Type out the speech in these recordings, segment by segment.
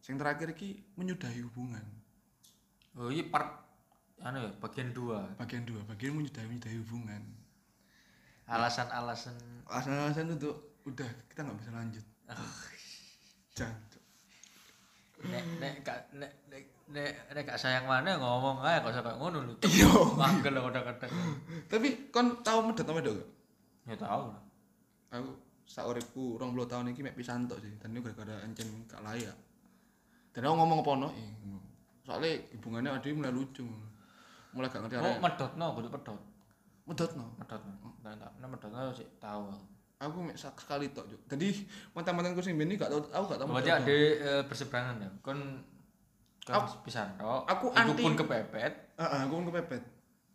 Sing terakhir ki menyudahi hubungan. oh iya part anu ya bagian dua Bagian dua, bagian menyudahi menyudahi hubungan. alasan-alasan Alasan-alasan Ah. untuk udah kita nggak bisa lanjut. Jangan. Cuk. nek nek gak- nek nek nek nek gak sayang mana ngomong aja kok sampai ngono lho Iya. manggil aku kadang-kadang Tapi kon tahu medot apa dong? ya tau lah Aku sauripku 20 tahun iki mek pisan tok sih. Dan ini gara-gara encen gak layak. Dan aku ngomong apa no? eh, ngono. Soalnya hubungannya ada yang mulai lucu. Mulai gak ngerti oh arek. medot no kudu pedot Medot no. medot no nah nah, nah medot no sih tau aku Aku mek sak- sekali tok, Juk. Jadi mantan-mantanku sing mbene gak tau aku gak tau. medot, Berarti no. ada eh, berseberangan ya kon kon pisan tok aku Iku anti- pun kepepet Heeh, Ah, aku pun kepepet.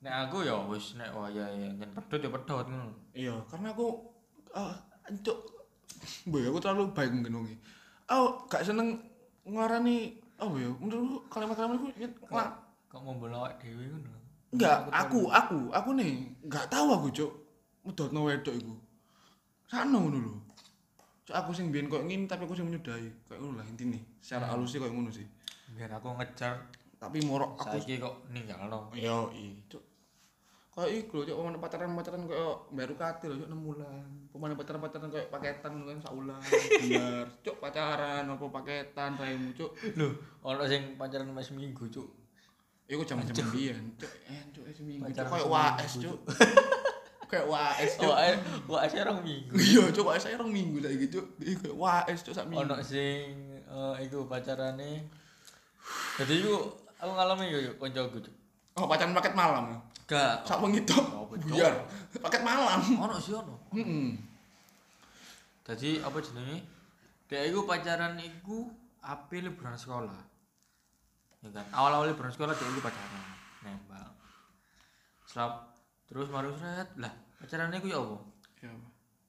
nek aku ya wis nek wayahe yen pedot ya pedot ngono Iya, karena aku ah encuk boy aku terlalu baik mungkin wengi. Aku gak seneng ngarani apa ya? Menurutku kalimat-kalimat aku nggak kok membela awake dhewe ngono enggak aku aku aku nih enggak tahu aku, Cuk. Medotno wedok iku. Sakno ngono lho. Cuk aku sing biyen koyo ngene tapi aku sing menyudahi. Kayak ngono lah intine. Secara halus sih koyo ngono sih. biar aku ngejar Hmm. Tapi morok aku saiki kok ninggalno Yo, i. Cuk. Kayak iku lho, cuk, pemain pacaran-pacaran kayak baru katil lho, cuk, 6 bulan. Pemain pacaran-pacaran kayak paketan lho, kan saulan, bener. Cuk, pacaran apa paketan raimu, cuk. lho ono sing pacaran mas minggu cuk Iku jaman-jaman biyen, cuk. Eh, cuk, eh, seminggu, cuk, Pacaran kayak seminggu, WAS, cuk. Kayak WAS, cuk. wae wae orang eh, minggu Iya, cuk, WAS saya rong minggu saiki, cuk. Iya, kayak WAS, cuk, sak minggu. ono sing eh iku pacarane jadi iku aku ngalami yo yo koncoku cuk Oh, pacaran paket malam. gak Sak wengi tok. Apa, Cuk? Buyar. Paket malam. ono sih ono Heeh. jadi apa jenenge dia iku pacaran iku api liburan sekolah ya kan awal-awal liburan sekolah dia iku pacaran nembak selap terus maru seret lah pacarannya iku ya apa Ya. apa?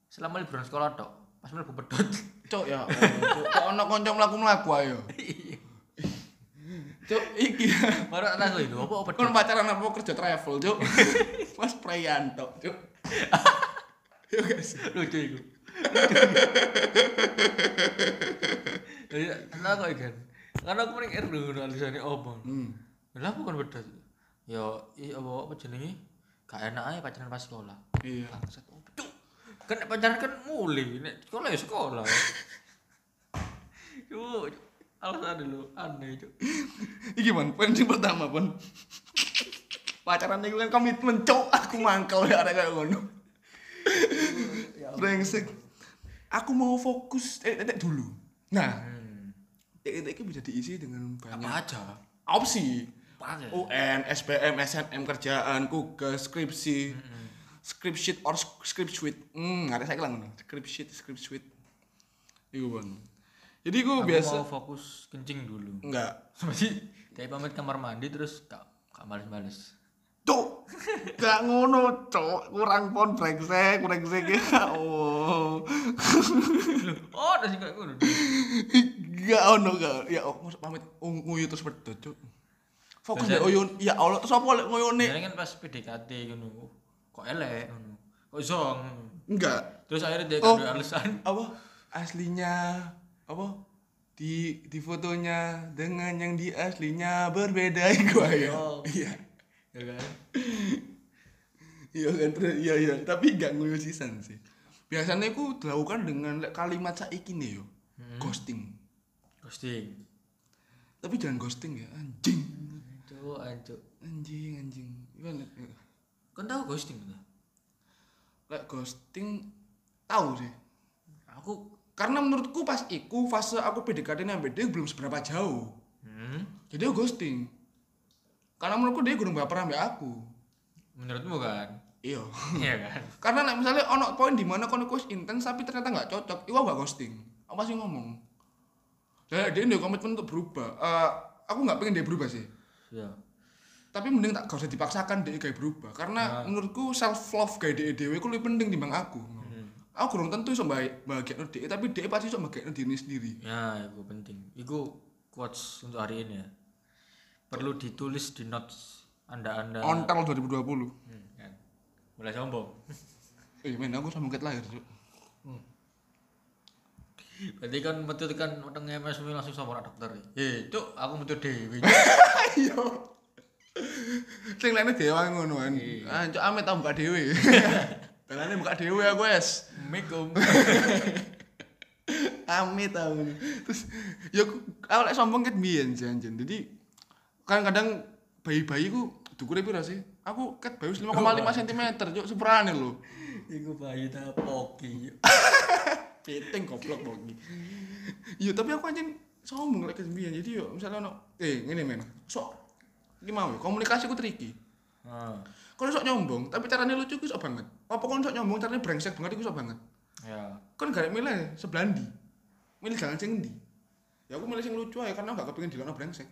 selama liburan sekolah tok pas mlebu pedot Cuk ya, Allah, cuk. Kok ono kanca mlaku-mlaku ayo. Cuk, iki baru tak tahu itu apa apa kon pacaran apa kerja travel, Cuk? Mas Priyanto, Cuk. Yo guys. lucu itu jadi tak tahu kan karena aku mending erdu ngono alisane apa Hmm. lah aku kan pedot ya i apa apa jenenge gak enak aja pacaran pas sekolah Iya. bangsat oh, cuk. kan nek pacaran kan mulai nek sekolah ya sekolah cuk alasan dulu aneh cuk Iki man, poin sing pertama, Pon. pacaran iku kan komitmen, Cuk. Aku mangkel ya arek kaya ngono. Ya Brengsek. Aku mau fokus titik dulu. Nah, hmm. titik bisa diisi dengan apa banyak aja opsi. apa aja UN, SBM, SNM kerjaan, tugas, skripsi, Hmm. script sheet or sk- script sheet. Hmm, ada saya bilang script sheet, script sheet. Iku bon. Jadi gue aku biasa mau fokus kencing dulu enggak. masih dari pamit kamar mandi terus gak gak males-males Cuk, gak ngono, cuk. Kurang pon brengsek, brengsek ya. Oh. oh udah sih kayak ngono Gak ono gak. Ya oh, maksud pamit oh, nguyu terus pedot, cuk. Fokus ya Biasa- oyun. Ya Allah, terus apa lek nguyune? Biasanya kan pas PDKT ngono kok elek ngono kok zong ngono. Enggak. terus akhirnya dia Oh. ada alasan apa aslinya apa di di fotonya dengan yang di aslinya berbeda gua ya Oh. iya ya kan iya kan terus iya iya tapi gak nguyu sisan sih biasanya aku dilakukan dengan lek kalimat saiki nih yo Hmm. ghosting ghosting tapi jangan ghosting ya anjing ancuk ancuk anjing anjing Iya, gimana kan tau ghosting kan lek ghosting tahu sih aku karena menurutku pas iku fase aku PDKT sampai dia belum seberapa jauh hmm, jadi aku ghosting karena menurutku dia gurung baper ambek aku menurutmu kan iya iya kan karena nek misalnya ono poin di mana kono kuis intens tapi ternyata nggak cocok iwa gak ghosting apa sih ngomong Lah, dia ndak komitmen untuk berubah Eh, aku nggak pengen dia berubah sih ya tapi mending tak gak usah dipaksakan dia kayak berubah karena menurutku self love kayak dia dewe aku lebih penting timbang aku aku kurang tentu iso bahagia dia tapi dia pasti iso bahagia diri sendiri ya itu penting itu quotes untuk hari ini ya perlu ditulis di notes anda anda ontel 2020 hmm, kan. mulai sombong eh men aku sama ket lahir cuk Berarti kan metu kan wetenge mesmu langsung sapa dokter. Eh, cuk, aku metu dhewe. Iya. Sing lainnya dewa ngono kan. Ah, cok ame tau buka dhewe. Dalane buka dhewe aku wes. Mikum. Ame tau. Terus ya aku aku lek sombong ket biyen janjen. Jadi kadang-kadang bayi-bayi ku dukure pira sih? Aku ket bayi wis 5,5 cm, cuk seperane lho. Iku bayi ta poki. Piting goblok bongi. Iya, tapi aku anjing sombong lek ket biyen. Jadi yo misalnya ono eh ngene men. Sok iki mau ya, komunikasi ku tricky. Heeh. Kau sok nyombong, tapi caranya lucu gue sok banget. Apa kau sok nyombong caranya brengsek banget gue sok banget. Ya. Kan gak milih sebelah ndi? Milih jalan sing ndi? Ya aku milih sing lucu aja karena gak kepengin dilokno brengsek.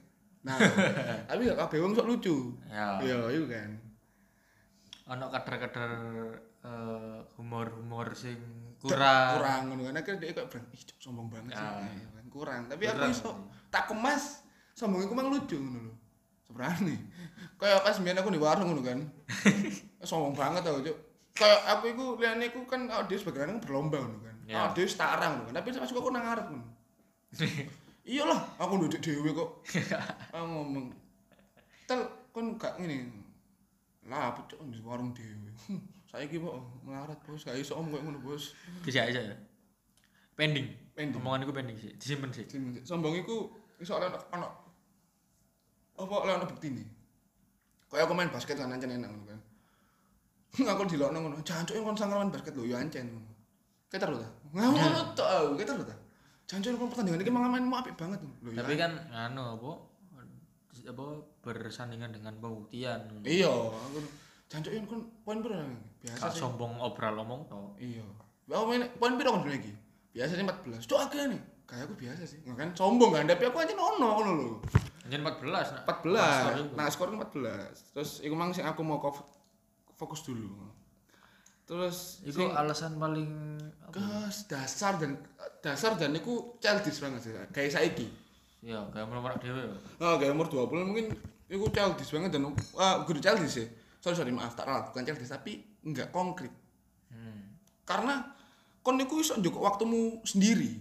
Nah, tapi gak kabeh wong sok lucu. Ya. Iya, iya kan. Ono kader-kader eh, humor-humor sing kurang. Kurang ngono kan akhirnya dia kayak breng, ih cok, sombong banget sih. Ya. Iya kan, Kurang, tapi aku Kurang. iso tak kemas sombongnya aku mang lucu ngono lho. Seberani. Kayak pas mbiyen aku di warung ngono kan. sombong banget tau cok. Kayak aku iku liyane iku kan awak dhewe sebagai anak berlomba ngono kan. Ya. Awak dhewe setarang ngono kan. Tapi pas aku aku nang ngarep ngono. Iyalah, aku duduk dhewe kok. aku ngomong. Tel kon gak ngene. Lah, apa cok di warung dhewe. Hmm, Saiki kok melarat bos, gak iso om koyo ngono bos. Bisa aja ya. Pending. Oh, Pending. Omongan iku pending sih. Disimpen sih. sombong iku iso oleh ono apa oleh ono buktine. Kayak aku main basket kan ancen enak ngono kan. Aku dilokno ngono, jancuk kon sangar main basket lho ya ancen. Keter lho ta. Ngono tok aku, keter lho ta. Jancuk kon pertandingan iki malah mainmu apik banget lho ya. Tapi kan anu apa apa bersandingan dengan pembuktian. Iya, aku jancuk kon poin pira biasa Gak sih. sombong obral omong tok. Iya. Aku main poin pira kon dulu iki? Biasanya 14. Cuk akeh nih. Kayak aku biasa sih. Nggak kan sombong kan, tapi aku aja ono ngono lho. Anjen 14 nak. Skor itu. 14. Nah, skor 14. Terus iku mang sing aku mau ko- fokus dulu. Terus Iku sing alasan paling apa? ke dasar dan dasar dan iku childish banget sih. Kayak saiki. Ya, kayak melarat dhewe ya. Oh, kayak umur 20 mungkin iku childish banget dan ah guru childish sih. Sorry, sorry, maaf, tak ralat, bukan childish tapi enggak konkret. Hmm. Karena kon iku iso njuk waktumu sendiri.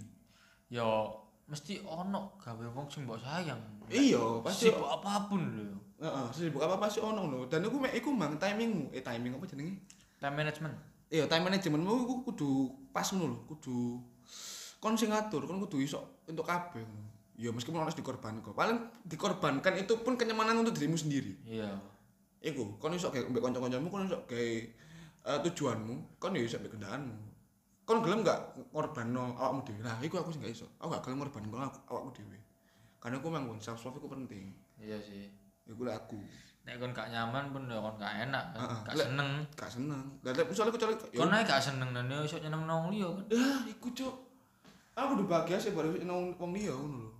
Ya mesti ono gawe wong sing mbok sayang. Iya, pasti. Sibuk apapun lho. Heeh, sibuk apa-apa sih ono ngono. Dan iku mek iku mang timingmu, eh timing apa jenenge? Time management. iya time managementmu iku kudu pas ngono lho, kudu kon sing ngatur, kon kudu iso untuk kabeh. ngono. Ya meskipun harus dikorbankan, paling dikorbankan itu pun kenyamanan untuk dirimu sendiri. Iya. Iku, kon iso kayak mbek kanca-kancamu, kon iso kayak eh, tujuanmu, kon ya iso mbek kendaraanmu. Kon gelem gak ngorbanno awakmu dhewe? Lah, iku aku sing gak iso. Aku gak gelem ngorbanno aku, awakku dhewe. Karena aku manggon self love iku penting. Iya sih. Iku lah aku. Nek kon gak nyaman pun ya kon gak enak, kan. Heeh. gak Lek- seneng. Gak seneng. Lah lek misalnya aku cari Kon ae gak seneng dan ya iso nyeneng nang liya kan. Dah, iku cok. Aku udah bahagia sih baru nang wong liya ngono lho.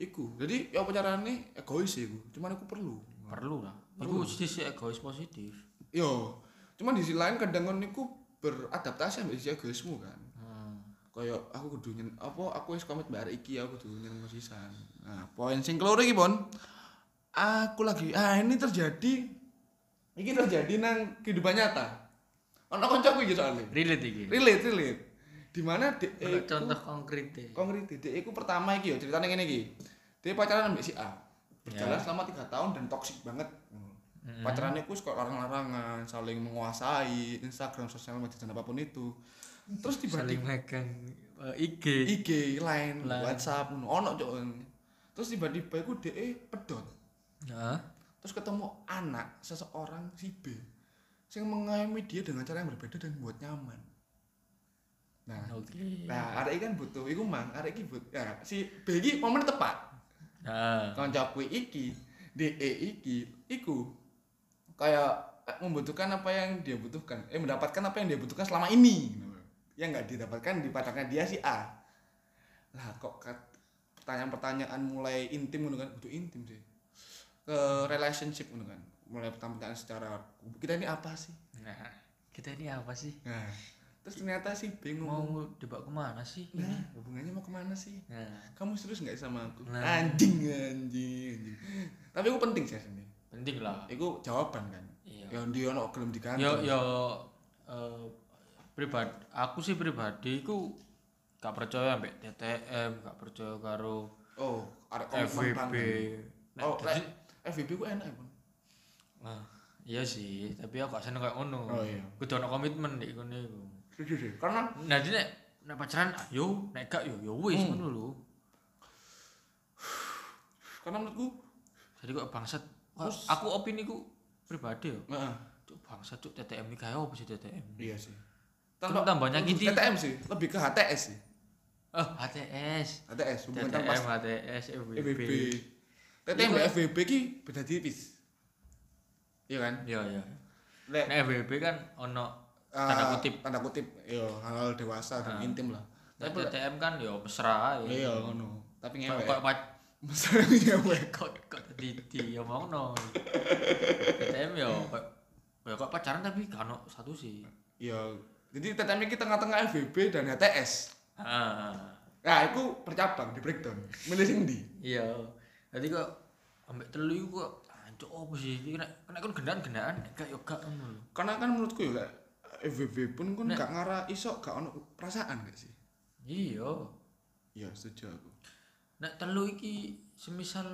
Iku. Jadi ya apa carane egois sih iku. Cuman aku perlu. Perlu lah. Iku sisi egois positif. Yo, cuman di sisi lain kadang kon niku beradaptasi ambek sisi egoismu kan. Hmm. Kaya aku kudu nyen apa aku wis komit mbak arek iki aku kudu nyen sisan. Nah, poin sing keloro iki, Bon. Aku lagi ah ini terjadi iki terjadi nang kehidupan nyata. Ono kancaku iki soalnya. Relate iki. Relate, relate. Di eh, mana dek Ono iku- Contoh konkret e. konkret dek iku pertama iki yo ceritane ngene iki dia pacaran ambek si A berjalan Ya. selama tiga tahun dan toksik banget Mm. pacarannya ku kok larang-larangan saling menguasai Instagram sosial media dan apapun itu terus tiba-tiba Saling megang eh, IG. IG lain Line. WhatsApp ono cok terus tiba-tiba iku dek eh, pedot Heeh. terus ketemu anak seseorang si B yang mengayomi dia dengan cara yang berbeda dan buat nyaman nah Oke. nah arek iki kan butuh iku mang arek iki butuh ya, si B iki momen tepat Nah. kanca kui iki DE iki iku kayak eh, membutuhkan apa yang dia butuhkan eh mendapatkan apa yang dia butuhkan selama ini yang nggak didapatkan di pacarnya dia si A lah kok kat- pertanyaan-pertanyaan mulai intim gitu kan butuh intim sih ke relationship gitu kan mulai pertanyaan secara kita ini apa sih Nah, kita ini apa sih? nah terus ternyata sih Mau bingung dibawa kemana sih? nah hubungannya mau kemana sih Nah, kamu serius nggak sama aku Nah. anjing anjing anjing tapi aku penting sih ini penting lah. Iku jawaban kan. Iya. Ya ndi ono gelem Yo digantung. yo eh pribadi, aku sih pribadi ku gak percaya ambek DTM gak percaya karo Oh, arek komitmen FVB banget. Nek Oh, dadi- lek FVB ku enak, Bun. Nah, iya sih, tapi aku gak seneng kayak ngono. Oh, iya. Kudu ono komitmen nek ngene iku. Setuju sih. Karena Nah, jadi nek nek pacaran ayo, nek gak yo yo wis Hmm. ngono lho. karena menurutku, Jadi kok bangsat. Wah, Terus- Aku opini ku pribadi yo. heeh, Cuk bangsat cuk TTM iki kayak apa sih TTM? iya sih. Cuma tambah nyakiti. TTM sih, lebih ke HTS sih. Eh, HTS. HTS hubungan tanpa TTM, HTS, FWB. FVB. TTM Iya. mbak FVB ki beda tipis. Iya kan? Iya, iya. Lek Nek FWB kan ono ah, tanda kutip. Tanda kutip, iya, hal dewasa dan Ah. intim lah. nek Tapi TTM kan yo mesra ae. iya ngono. Tapi Kayak- ngewek. Kayak pac- Masalah ngewek. kok kok di di omong no TTM yo kok ya kok pacaran tapi gak ono satu sih Iya. Jadi TTM iki tengah-tengah FVB dan HTS. ah Nah, itu bercabang di breakdown. Milih sing ndi? iya jadi kok ambek telu iku kok anco apa sih iki nek nek kon gendaan-gendaan nek gak yo gak ngono lho. Karena kan menurutku ya lek FVB pun kan Nek- gak ngarah iso gak ono perasaan gak sih? iya Iya, setuju aku. nek telu iki semisal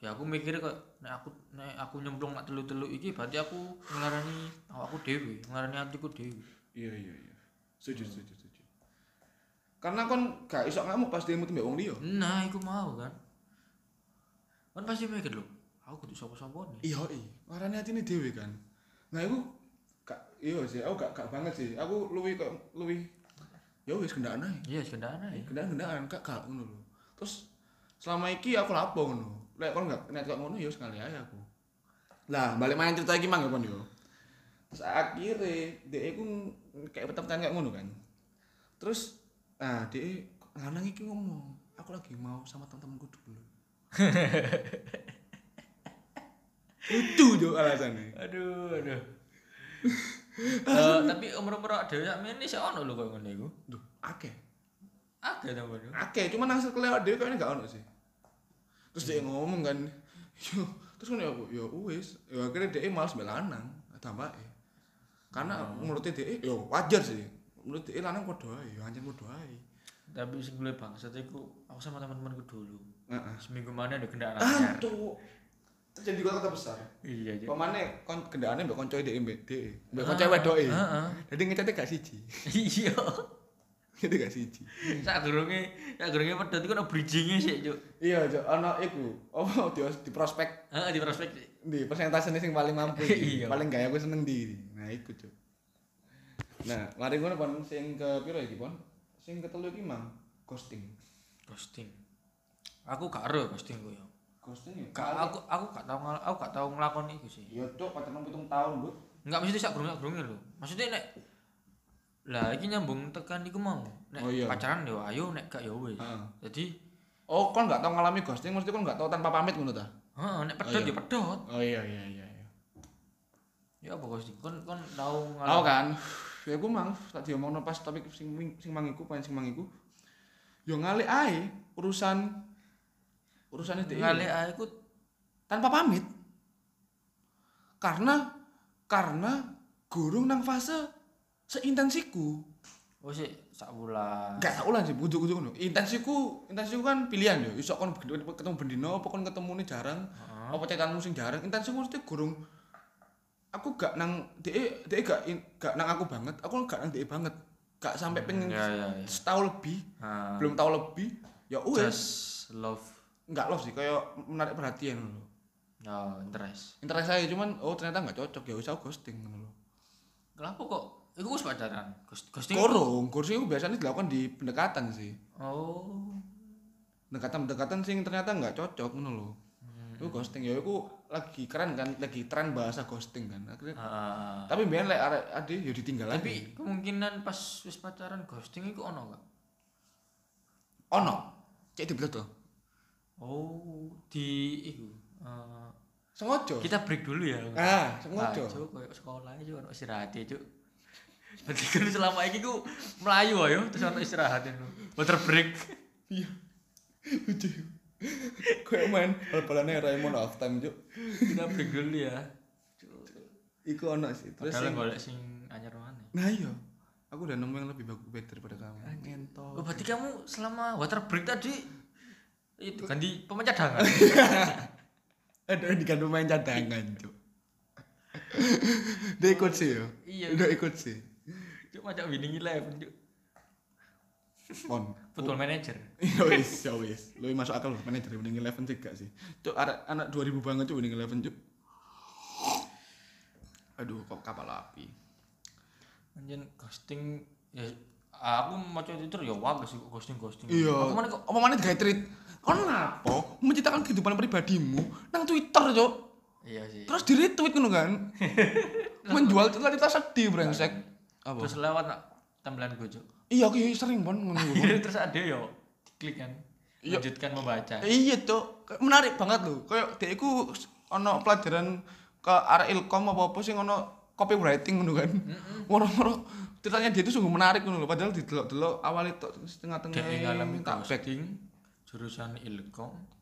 ya aku mikir kok nek aku nek aku nyemplung nek telu-telu iki berarti aku ngelarani awakku dhewe ngelarani atiku dhewe Iya, iya, iya. Setuju, setuju, setuju. Karena kon gak iso ngamuk pas demo mbek wong liya. Nah, iku mau kan. Kan pasti mikir lho, aku kudu sapa-sapa nih. Iya, iya. Ngarane atine dhewe kan. Nah, iku gak iya sih, aku gak gak banget sih. Aku luwih kok luwih ya wis kendaan ae. Iya, Eh, sekendaran ae. Kendaan-kendaan gak gak ngono lho. Terus selama iki aku lapo ngono. Lek kon gak nek kok ngono ya sekali ae aku. Lah, balik main cerita iki mangga kon yo. Terus akhirnya dia iku ng- kayak petang-petang kayak ngono kan. Terus nah dia lanang iki ngomong, aku lagi mau sama teman-temanku dulu. itu jo alasannya Aduh, aduh. Eh, tapi umur-umur dhewe sak mene isih ono lho koyo ngene iku. Duh, akeh. Agak ta ngono. Oke, cuman nang circle awake dhewe kayaknya gak ono sih. Terus dia ngomong kan, yo, terus kan ya aku, yo wis, yo akhirnya dia malas mbek lanang, tambah Karena menurut dia, yo wajar sih. Menurut dia lanang podo ae, yo anjen podo ae. Tapi sing gue bangsat iku aku sama teman-temanku dulu. Heeh. Seminggu mana ada kendaan Ah, anyar. cuk. Terjadi kota besar. Iya, iya. Pemane kon kendaraannya mbek koncoe dhek mbek dhek, mbek Ah, koncoe wedoke. heeh. Jadi ngecete gak siji. Iya. Jadi gak siji. Sak durunge, sak durunge pedot iku ono bridging-e sik, Cuk. Iya, cok, ana iku. Apa di, di prospek Heeh, di prospek. sih. di persentasenya sing paling mampu iki. Iya. paling gaya aku seneng di nah iku cuk nah mari ngono pon sing ke piro iki pon sing ketelu iki mang ghosting Ghosting. Aku gak ero ghosting ku yo. ghosting ya Gak, aku aku gak tau ngal- aku gak tau nglakoni iku sih. ya cuk pacaran pitung tahun bu Enggak maksudnya sak grunge grunge lho. Maksudnya nek lah iki nyambung tekan iku mau. Nek Oh, iya. Ah. pacaran yo ayo nek gak yo wis. Heeh. Jadi oh kon nggak tau ngalami ghosting mesti kon nggak tau tanpa pamit ngono ta heeh nek pedot iya. yo pedot. oh iya iya iya iya Ya apa Gusti? Kon kon tau tau ngalami. kan ya aku mang tadi omongno pas topik sing ming- sing mangiku pengen sing mangiku yo ngalik ae urusan urusannya dhek iki. Ngale aku tanpa pamit karena karena gurung nang fase seintensiku oh sih sak bulan. gak tau lah sih bujuk bujuk no intensiku intensiku kan pilihan ya iso kon ben- ketemu bendino apa kon ketemune jarang Heeh. apa cetanmu sing jarang intensiku mesti gurung aku gak nang de de gak in- gak nang aku banget aku gak nang de banget gak sampai pengen Ya ya ya. setahun lebih Nah, belum tahu lebih ya wes just love. nggak loh sih kayak menarik perhatian loh No ya, interest. interest saya cuman oh ternyata nggak cocok ya usah aku ghosting ngono lho. Kenapa kok? Iku wis pacaran. Ghost- Ghosting. Kurung, kursi itu biasanya dilakukan di pendekatan sih. Oh. Pendekatan-pendekatan sih ternyata nggak cocok ngono lho. Itu Hmm. ghosting ya iku lagi keren kan, lagi tren bahasa ghosting kan. Akhirnya, Heeh. tapi biar lek arek ade ya ditinggal Tapi lagi. kemungkinan pas wis pacaran ghosting iku ono gak? Ono. Cek dibelet to. Oh, di iku. eh, Sengojo. kita break dulu ya. Ah, Nah, sengojo. Cuk, koyo sekolah aja ono istirahat ya, Cuk. Berarti kan selama ini ku melayu ayo terus ono istirahat e, itu. Water break. Iya. Lucu. Kayak main bal-balannya Raymond of time, Cuk. Kita break dulu ya. Iku ono sih. Terus Padahal sing- golek sing anyar mana? Nah iya. Aku udah nemu yang lebih bagus baik daripada kamu. Ngentot. Oh, berarti kamu selama water break tadi itu ganti pemain cadangan. Ada di kan pemain cadangan, Cuk. Dia ikut sih ya. Iya. Udah ikut sih. Cuk macam winning eleven, Cuk. Pon. Football manager. Ya wis, ya wis. Lu masuk akal loh, manajer winning eleven sih gak sih. Cuk, anak, anak 2000 banget cuk winning eleven cuk. Aduh, kok kapal api. Anjir ghosting ya aku maca Twitter ya wae sih kok ghosting ghosting. Iya. Aku mana kok omongannya digawe tweet. Kon napa menciptakan kehidupan pribadimu nang Twitter cuk? iya sih. Terus di retweet ngono kan. Menjual cerita-cerita sedih brengsek. Apa? Terus lewat nak tampilan gue, Cuk. Iya, aku sering banget ngono. Cuk. Terus ada yo klik kan. Iya. Lanjutkan membaca. Iya cok, Kayak menarik banget loh. Kayak dia iku ono pelajaran ke arah ilkom apa apa sih ono copywriting ngono kan. Moro-moro ceritanya dia itu sungguh menarik ngono loh. Padahal didelok-delok awal itu tengah-tengah Dia ngalami tak back. ghosting jurusan Ilkom.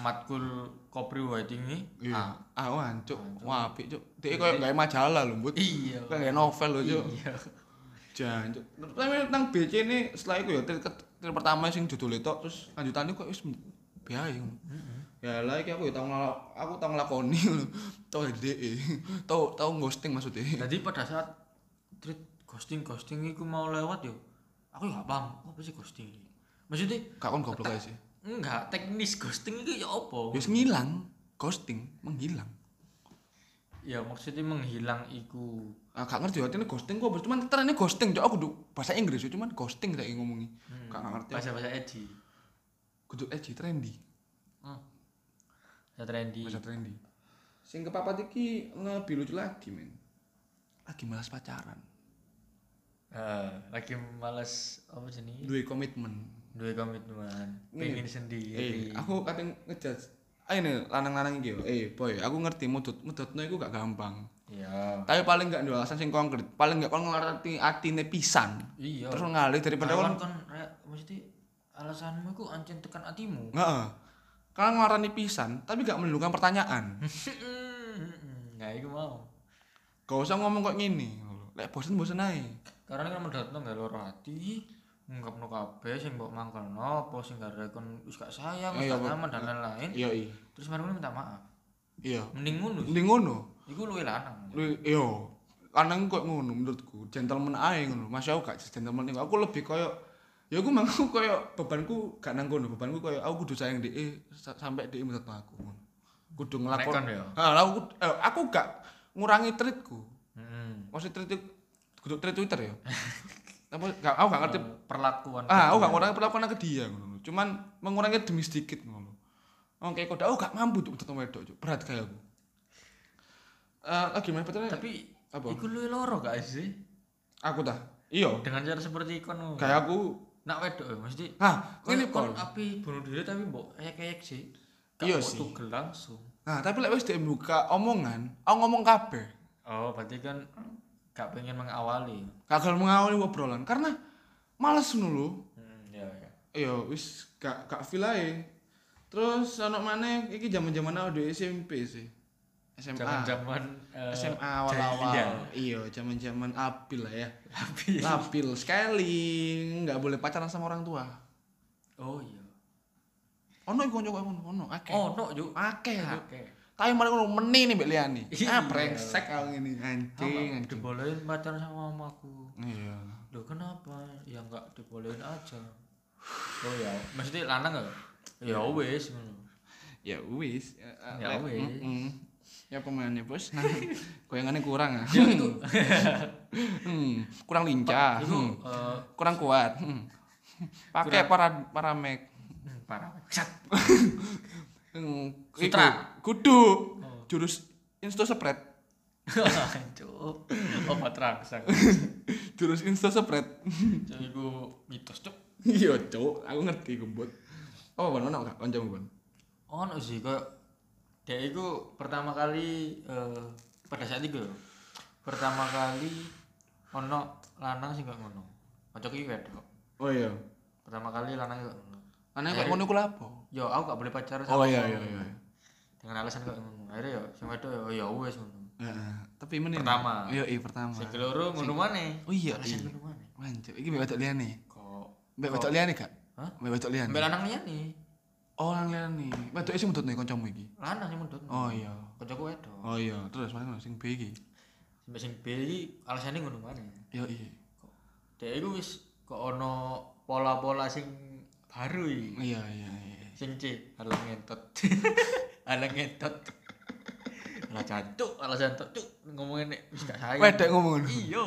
Matkul copywriting ini. Iya. Ah. Awan cok, wah apik cok. Dia kayak gak majalah loh, bud. Iya. Kayak nggak novel loh cok. Iya. Jan cok. Tapi nang BC ini setelah itu ya tir, ket- tir pertama sing judul itu terus lanjutannya kok wis biaya ngono. ya lah iki aku ya tau ngel- aku tau nglakoni lho. tau DE tau tau ghosting maksudnya Jadi pada saat tweet ghosting ghosting iku mau lewat yo. Aku ya gak paham apa sih ghosting ini. Maksudnya gak kon goblok aja sih enggak teknis ghosting itu ya ya apa? wis ngilang ghosting menghilang Ya maksudnya menghilang iku. ah, gak ngerti artinya ghosting kok bos cuman terane ghosting cok aku kudu bahasa Inggris ya cuman ghosting tak ngomongi Hmm. gak ngerti Bahasa-bahasa edgy. kudu edgy trendy Hmm. Bahasa trendy. bahasa trendy sing kepapat iki lebih lucu lagi men lagi malas pacaran Eh, lagi males apa sini? duwe komitmen Dua komitmen. Ini. Eh, Pengen sendiri. aku kadang ngejudge. Ayo nih, lanang-lanang gitu. Eh, boy, aku ngerti mudut mudutno iku gak gampang. Iya. Tapi paling gak ada alasan sing konkret. Paling gak kon ngelarati atine pisan. Iya. Terus ngalih daripada kon. Kawan kon re- maksudnya alasanmu iku ancen tekan hatimu. Heeh. Kalau ngelarani pisan, tapi gak menundukkan pertanyaan. Hmm, Nah, iku mau. gak usah ngomong kok gini. Lek bosen-bosen ae. Karena kan mendatang gak loro hati, ngungkap no kabeh sing mbok mangkal no, apa sing gak rekon wis gak sayang, wis Iya, gak Pak. nyaman dan lain-lain. Iya, iya. Terus mari ngono minta maaf. Iya. Mending ngono. sih. Mending ngono. Iku luwe lanang. Lu- Iya. Lanang kok ngono menurutku. Gentleman ae ngono. Mas aku gak gentleman iku. Aku lebih koyo ya aku mang aku koyo bebanku gak nang kono. Bebanku koyo aku kudu sayang dhek sampai dhek mutut aku ngono. Kudu nglakon. Nekon ya. Ha, lah aku eh, aku gak ngurangi treatku. Hmm. Maksud treat itu- kudu treat Twitter ya. Tapi gak aku gak ngerti. Perlakuan. Ah, aku kedua. gak ngurangi perlakuan ke dia ngono. Cuman mengurangi demi sedikit ngono. Oke, kok aku gak mampu untuk ketemu wedok, Cuk. berat kayak aku. Eh, lagi mana pacarnya? Tapi Apa? iku luwe loro gak sih? aku dah iya Dengan cara seperti kon. kayak aku nak wedok ya mesti nah ini ini kon pon api bunuh diri tapi mbok kayak-kayak sih. Gak Iya mbok sih. Tugel langsung. nah tapi lek wis dia buka omongan aku ngomong kabeh Oh, berarti kan gak pengen mengawali. gagal mengawali obrolan karena males nulu Hmm, ya ya. iya wis gak gak feel ae terus anak mana iki zaman zaman aku di SMP sih SMA Zaman-zaman eh, SMA awal jahiliah. awal iya zaman zaman apil lah ya Tapi apil sekali nggak boleh pacaran sama orang tua Oh iya. ono iku kanca kono ono akeh Oh, no, yuk. akeh Cuk. Oke. Tapi mari ngono meni nih Mbak Liani. Iya. Ah brengsek kalau ngene anjing Apa? anjing. Dibolehin pacaran sama mamaku. Iya. Loh, kenapa? Ya enggak dibolehin aja. Oh ya, mesti lanang enggak? Iya. Ya wis ngono. Ya wis. Eh, eh, Ya lek- wis. Mm-mm. Ya pemainnya bos. Nah, Goyangannya kurang ah. Ya itu. Hmm, kurang lincah. Itu Hmm, eh, Kurang kuat. Hmm. Pakai para paramek. hmm, parah. Sat. Hmm, Sutra. iku. Kudu. Jurus insta spread. Cuk. Oh, Obat rangsang. Jurus insta spread. Cuk iku mitos, Cuk. Iya, Cuk. Aku ngerti gembut. Apa ban ono gak kancamu ban? ono sih kok dia itu pertama kali eh, pada saat itu ya, pertama kali ono lanang sih kok ngono ojo ki wedok Oh iya. pertama kali lanang kok ngono Aneh kok ngono ku lapo? yo aku gak boleh pacaran sama Oh iya kamu. iya iya. dengan alasan kok ngono akhirnya yo sing wedok yo ya wes ngono Heeh. Tapi meneh. Pertama. Yo, iya pertama. Sing keloro ngono maneh. Oh iya, Alasan iya. ngono maneh. Wancuk, iki mbek wedok liyane. Kok Mbek wedok liyane gak? Oh. Hah? Mbek wedok liyane. mbel lanang liyane. Oh, nang liyane. Wedoke sing mudutne kancamu iki. Lanang sing mendut. Oh iya. Kancaku wedok. Oh iya, terus mana ngono sing B iki? Sampai sing B iki alasane ngono maneh. Yo iya. Dek iku wis kok ono pola-pola sing baru iki. Iya iya iya. Sing C alang ngentot. alang ngentot. Ala cantuk, ala cantuk, cuk ngomongin nek wis gak sayang. Wedok ngomong ngono. Iya.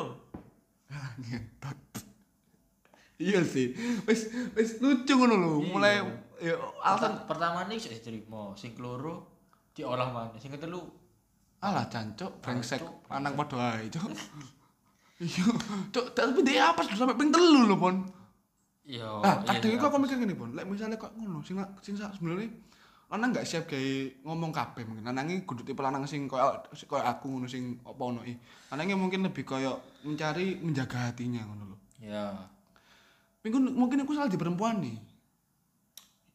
Ngetot. Iya sih. Wis wis lucu ngono lho. Iya. Mulai ya alasan Alasan pertama nih saya diterima, sing keloro diolah maneh, sing ketelu alah cancuk brengsek Cancuk, brengsek. lanang padha ae, Cuk. Iya, Cuk, tapi dia apa sudah sampai ping telu lho, Pon. ya Nah, Oh, iya, kadang iya. iku aku mikir ngene, Pon. Lek misale kok ngono, sing la- sing sa- sebenarnya lanang gak siap gawe ngomong kabeh mungkin. Lanange kudu tipe lanang sing koyo koyo aku ngono sing apa ono i. Lanange mungkin lebih koyo mencari menjaga hatinya ngono lho. Ya. Mungkin mungkin aku salah di perempuan nih.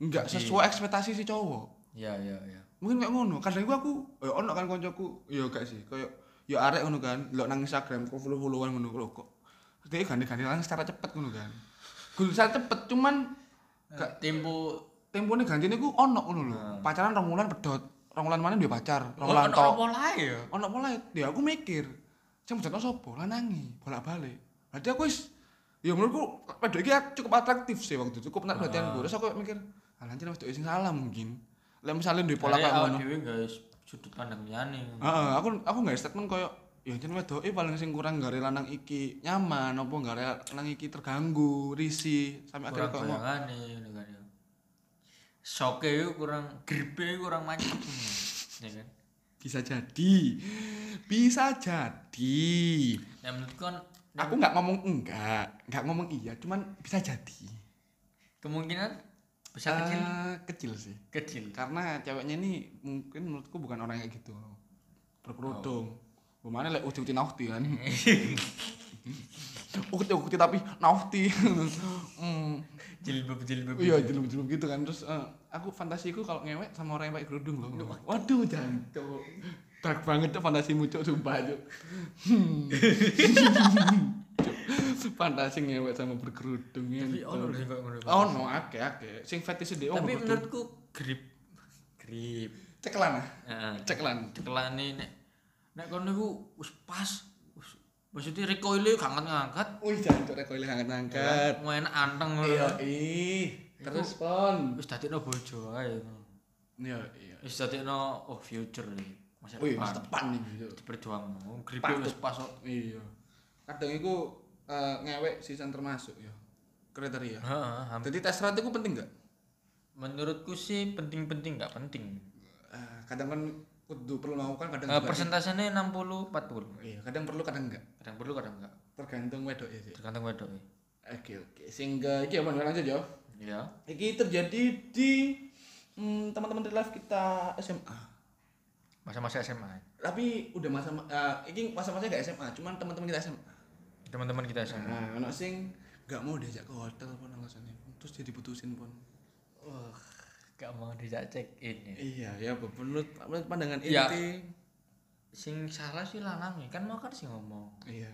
Enggak Jadi- sesuai ekspektasi si cowok. Ya ya ya. mungkin kayak ngono kadang iku aku eh, ono kan koncoku ya gak sih kayak ya arek ngono kan delok nang Instagram kok follow-followan ngono lho kok dia ganti-ganti lang secara cepet ngono kan gue secara cepet cuman gak Tempo tempone gantine ku ono ngono lho Hmm. Oh, pacaran rong wulan pedot rong wulan mana dia pacar rong Ono wulan tok pola ya. ono mulai ya aku mikir sing jodoh sapa lanangi bolak-balik berarti aku wis ya menurutku wedok iki cukup atraktif sih waktu itu cukup menarik Hmm. perhatian gue terus aku mikir ah lancar wedok sing salah mungkin lek misalnya duwe pola Kayak kayak awak ngono Ah, dhewe guys sudut pandang liyane. Heeh, aku aku nggak statement koyo ya jen wedoke paling sing kurang gare lanang iki nyaman apa gare lanang iki terganggu, risih sampai akhirnya kok kurang mau bayangane ngono kan ya. Soke iku kurang gripe iku kurang mantep. ya kan. bisa jadi. Bisa jadi. Nah menurutku kan Aku nggak ngomong enggak, nggak ngomong iya, cuman bisa jadi. kemungkinan besar kecil Eh, kecil sih. kecil. Karena ceweknya ini mungkin menurutku bukan orang kayak gitu. Berkerudung. Bagaimana lek uti-uti nauti kan. Uti-uti tapi nauti. Hmm. Jilbab jilbab. Iya jelum-jelum gitu kan terus eh, aku fantasiku kalau ngewek sama orang yang pakai kerudung loh. Waduh jantung. Dark banget tuh fantasimu cok sumpah cok. Hmm. Cuk, Fantasi ngewek sama berkerudung Tapi gitu. ono lho sing koyo ngono. Oh no akeh akeh. Sing fetish dia oh Tapi berkerudung. menurutku grip grip. Ceklan ah. Heeh. Ceklan. Cekelane nek nek kono iku wis pas. wis- Maksudnya recoil-nya gak ngangkat-ngangkat. Wih jantung rekoil angkat-angkat. Mau kan? enak anteng ngono. Iya ih. Terus pon. Wis dadekno bojo ae. ngono. Iya iya. Wis dadekno oh future iki. Masa Wih depan. mas tepan nih Cuk. diperjuangkan gripe Patut. wis pas kok. Iya. Kadang iku eh, ngewek sisan termasuk ya. Kriteria. Heeh, hampir. Jadi tes itu penting nggak? menurutku sih penting-penting nggak penting Eh, kadang kan kudu perlu melakukan kadang Eh, juga persentasenya 60 40 iya kadang perlu kadang enggak kadang perlu kadang enggak tergantung wedok ya sih tergantung wedok ya. oke oke sehingga iki apa nih, lanjut ya ya iki terjadi di hmm, teman-teman di live kita SMA masa-masa SMA tapi udah masa eh, iki masa-masa gak SMA cuman teman-teman kita SMA teman-teman kita SMA nah ono sing gak mau diajak ke hotel pun alasannya terus dia diputusin pun Wah, gak mau dijak check in ya. iya ya apa, menurut menurut pandangan Iya. inti sing salah sih lanangnya kan mau kan sih ngomong iya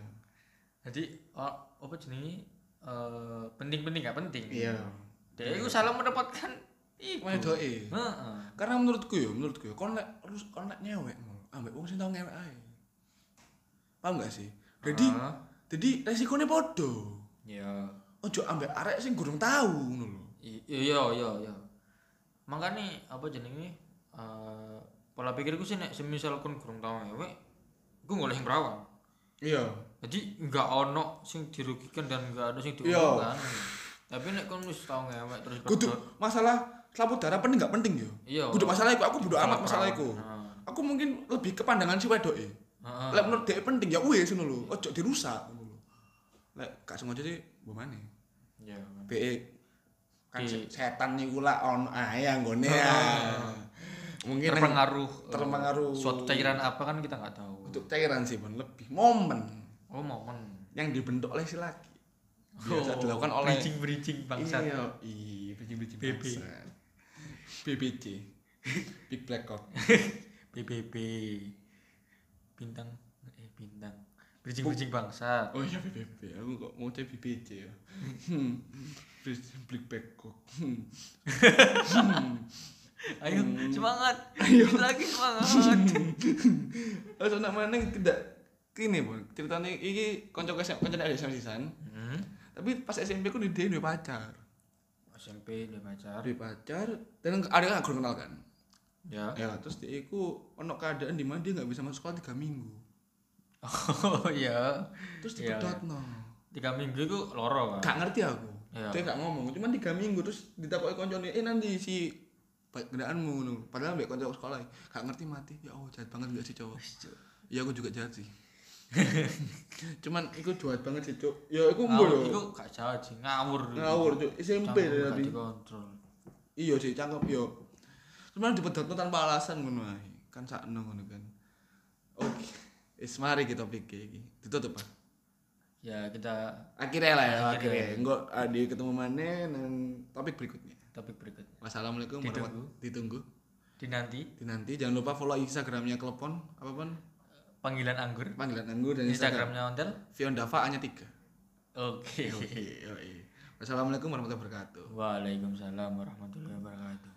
jadi oh, apa jenenge Eh, penting-penting nggak penting iya dia itu salah merepotkan iku wedok Heeh. karena menurutku ya menurutku ya kon lek terus kon lek ngewek ngono, ambek wong sing tau ngewek ae paham gak sih jadi Heeh. jadi resikonya podo ya ojo ambek arek sing gurung tau ngono lho I- iya iya iya makanya apa jenenge eh pola pikirku sih nek semisal kon kurang tau ngewek iku golek sing rawan iya jadi nggak ono sing dirugikan dan nggak ada sing Iya. diuntungkan tapi nek kon wis tau ngewek terus kudu pedot, masalah selaput darah penting gak penting yo Iya. Nah, kudu masalah iku aku bodo amat Masalah masalah perawan. iku Heeh. aku mungkin lebih ke pandangan si wedok e Heeh. lek menurut dhek penting ya wis ngono lho ojo dirusak ngono lho lek gak sengaja sih mbok maneh iya be kan Di- se- setan niku lak ono ae anggone ya. Heeh. mungkin neng- terpengaruh eh, terpengaruh. suatu cairan apa kan kita nggak tahu untuk cairan sih pun lebih momen oh momen yang dibentuk oleh si laki Oh. biasa Iya, dilakukan oleh bridging bridging bangsa iya iya bridging bridging BB. bangsat. BBC Big Black Cock BBB bintang eh bintang bridging bridging bangsa Oh iya BBB, aku kok mau cek BBJ ya. Hmm. Please blik Bangkok. ayo semangat Hmm. ayo lagi semangat Oh soalnya mana tidak kini bu, ceritanya ini konco kesem, konco dari SMA sisan. hmm. Tapi pas SMP aku di dia pacar. SMP dia pacar Dia pacar, dan ada yang aku kenal kan. ya Ya terus dia itu ono keadaan di mana dia nggak bisa masuk sekolah tiga minggu. oh iya Terus Iya, dipedot no. tiga minggu itu loro kan Gak ngerti aku. Iya. Dia gak ngomong, cuman tiga minggu terus ditakoki koncone, eh nanti si ba- kendaraanmu ngono. Padahal mbek konco sekolah. Gak ngerti mati. Ya Allah, jahat banget gak sih cowok. Ya aku juga jahat sih. cuman iku jahat banget sih, Cuk. Ya iku mbo ngawur itu yo. gak jauh sih ngawur itu. Ngawur, Cuk. SMP Canggung gak tadi. dikontrol Iya sih, cakep yo. Cuman dipedotno tanpa alasan ngono ae. Kan sakno ngono kan. Oke. Wis mari kita pikir iki. Ditutup, Pak. ya kita Akhirnya lah ya, akhirnya. Akhirnya. Enggak ada ketemu mana nang topik berikutnya. topik berikutnya Wassalamualaikum Ditunggu. warahmatullahi Ditunggu. dinanti Dinanti jangan lupa follow Instagramnya Klepon apa pun panggilan anggur panggilan Anggur dan Instagram. Instagramnya Ontel Viondava hanya tiga. oke Iya. Yoi, yoi. Wassalamualaikum warahmatullahi wabarakatuh. Waalaikumsalam warahmatullahi wabarakatuh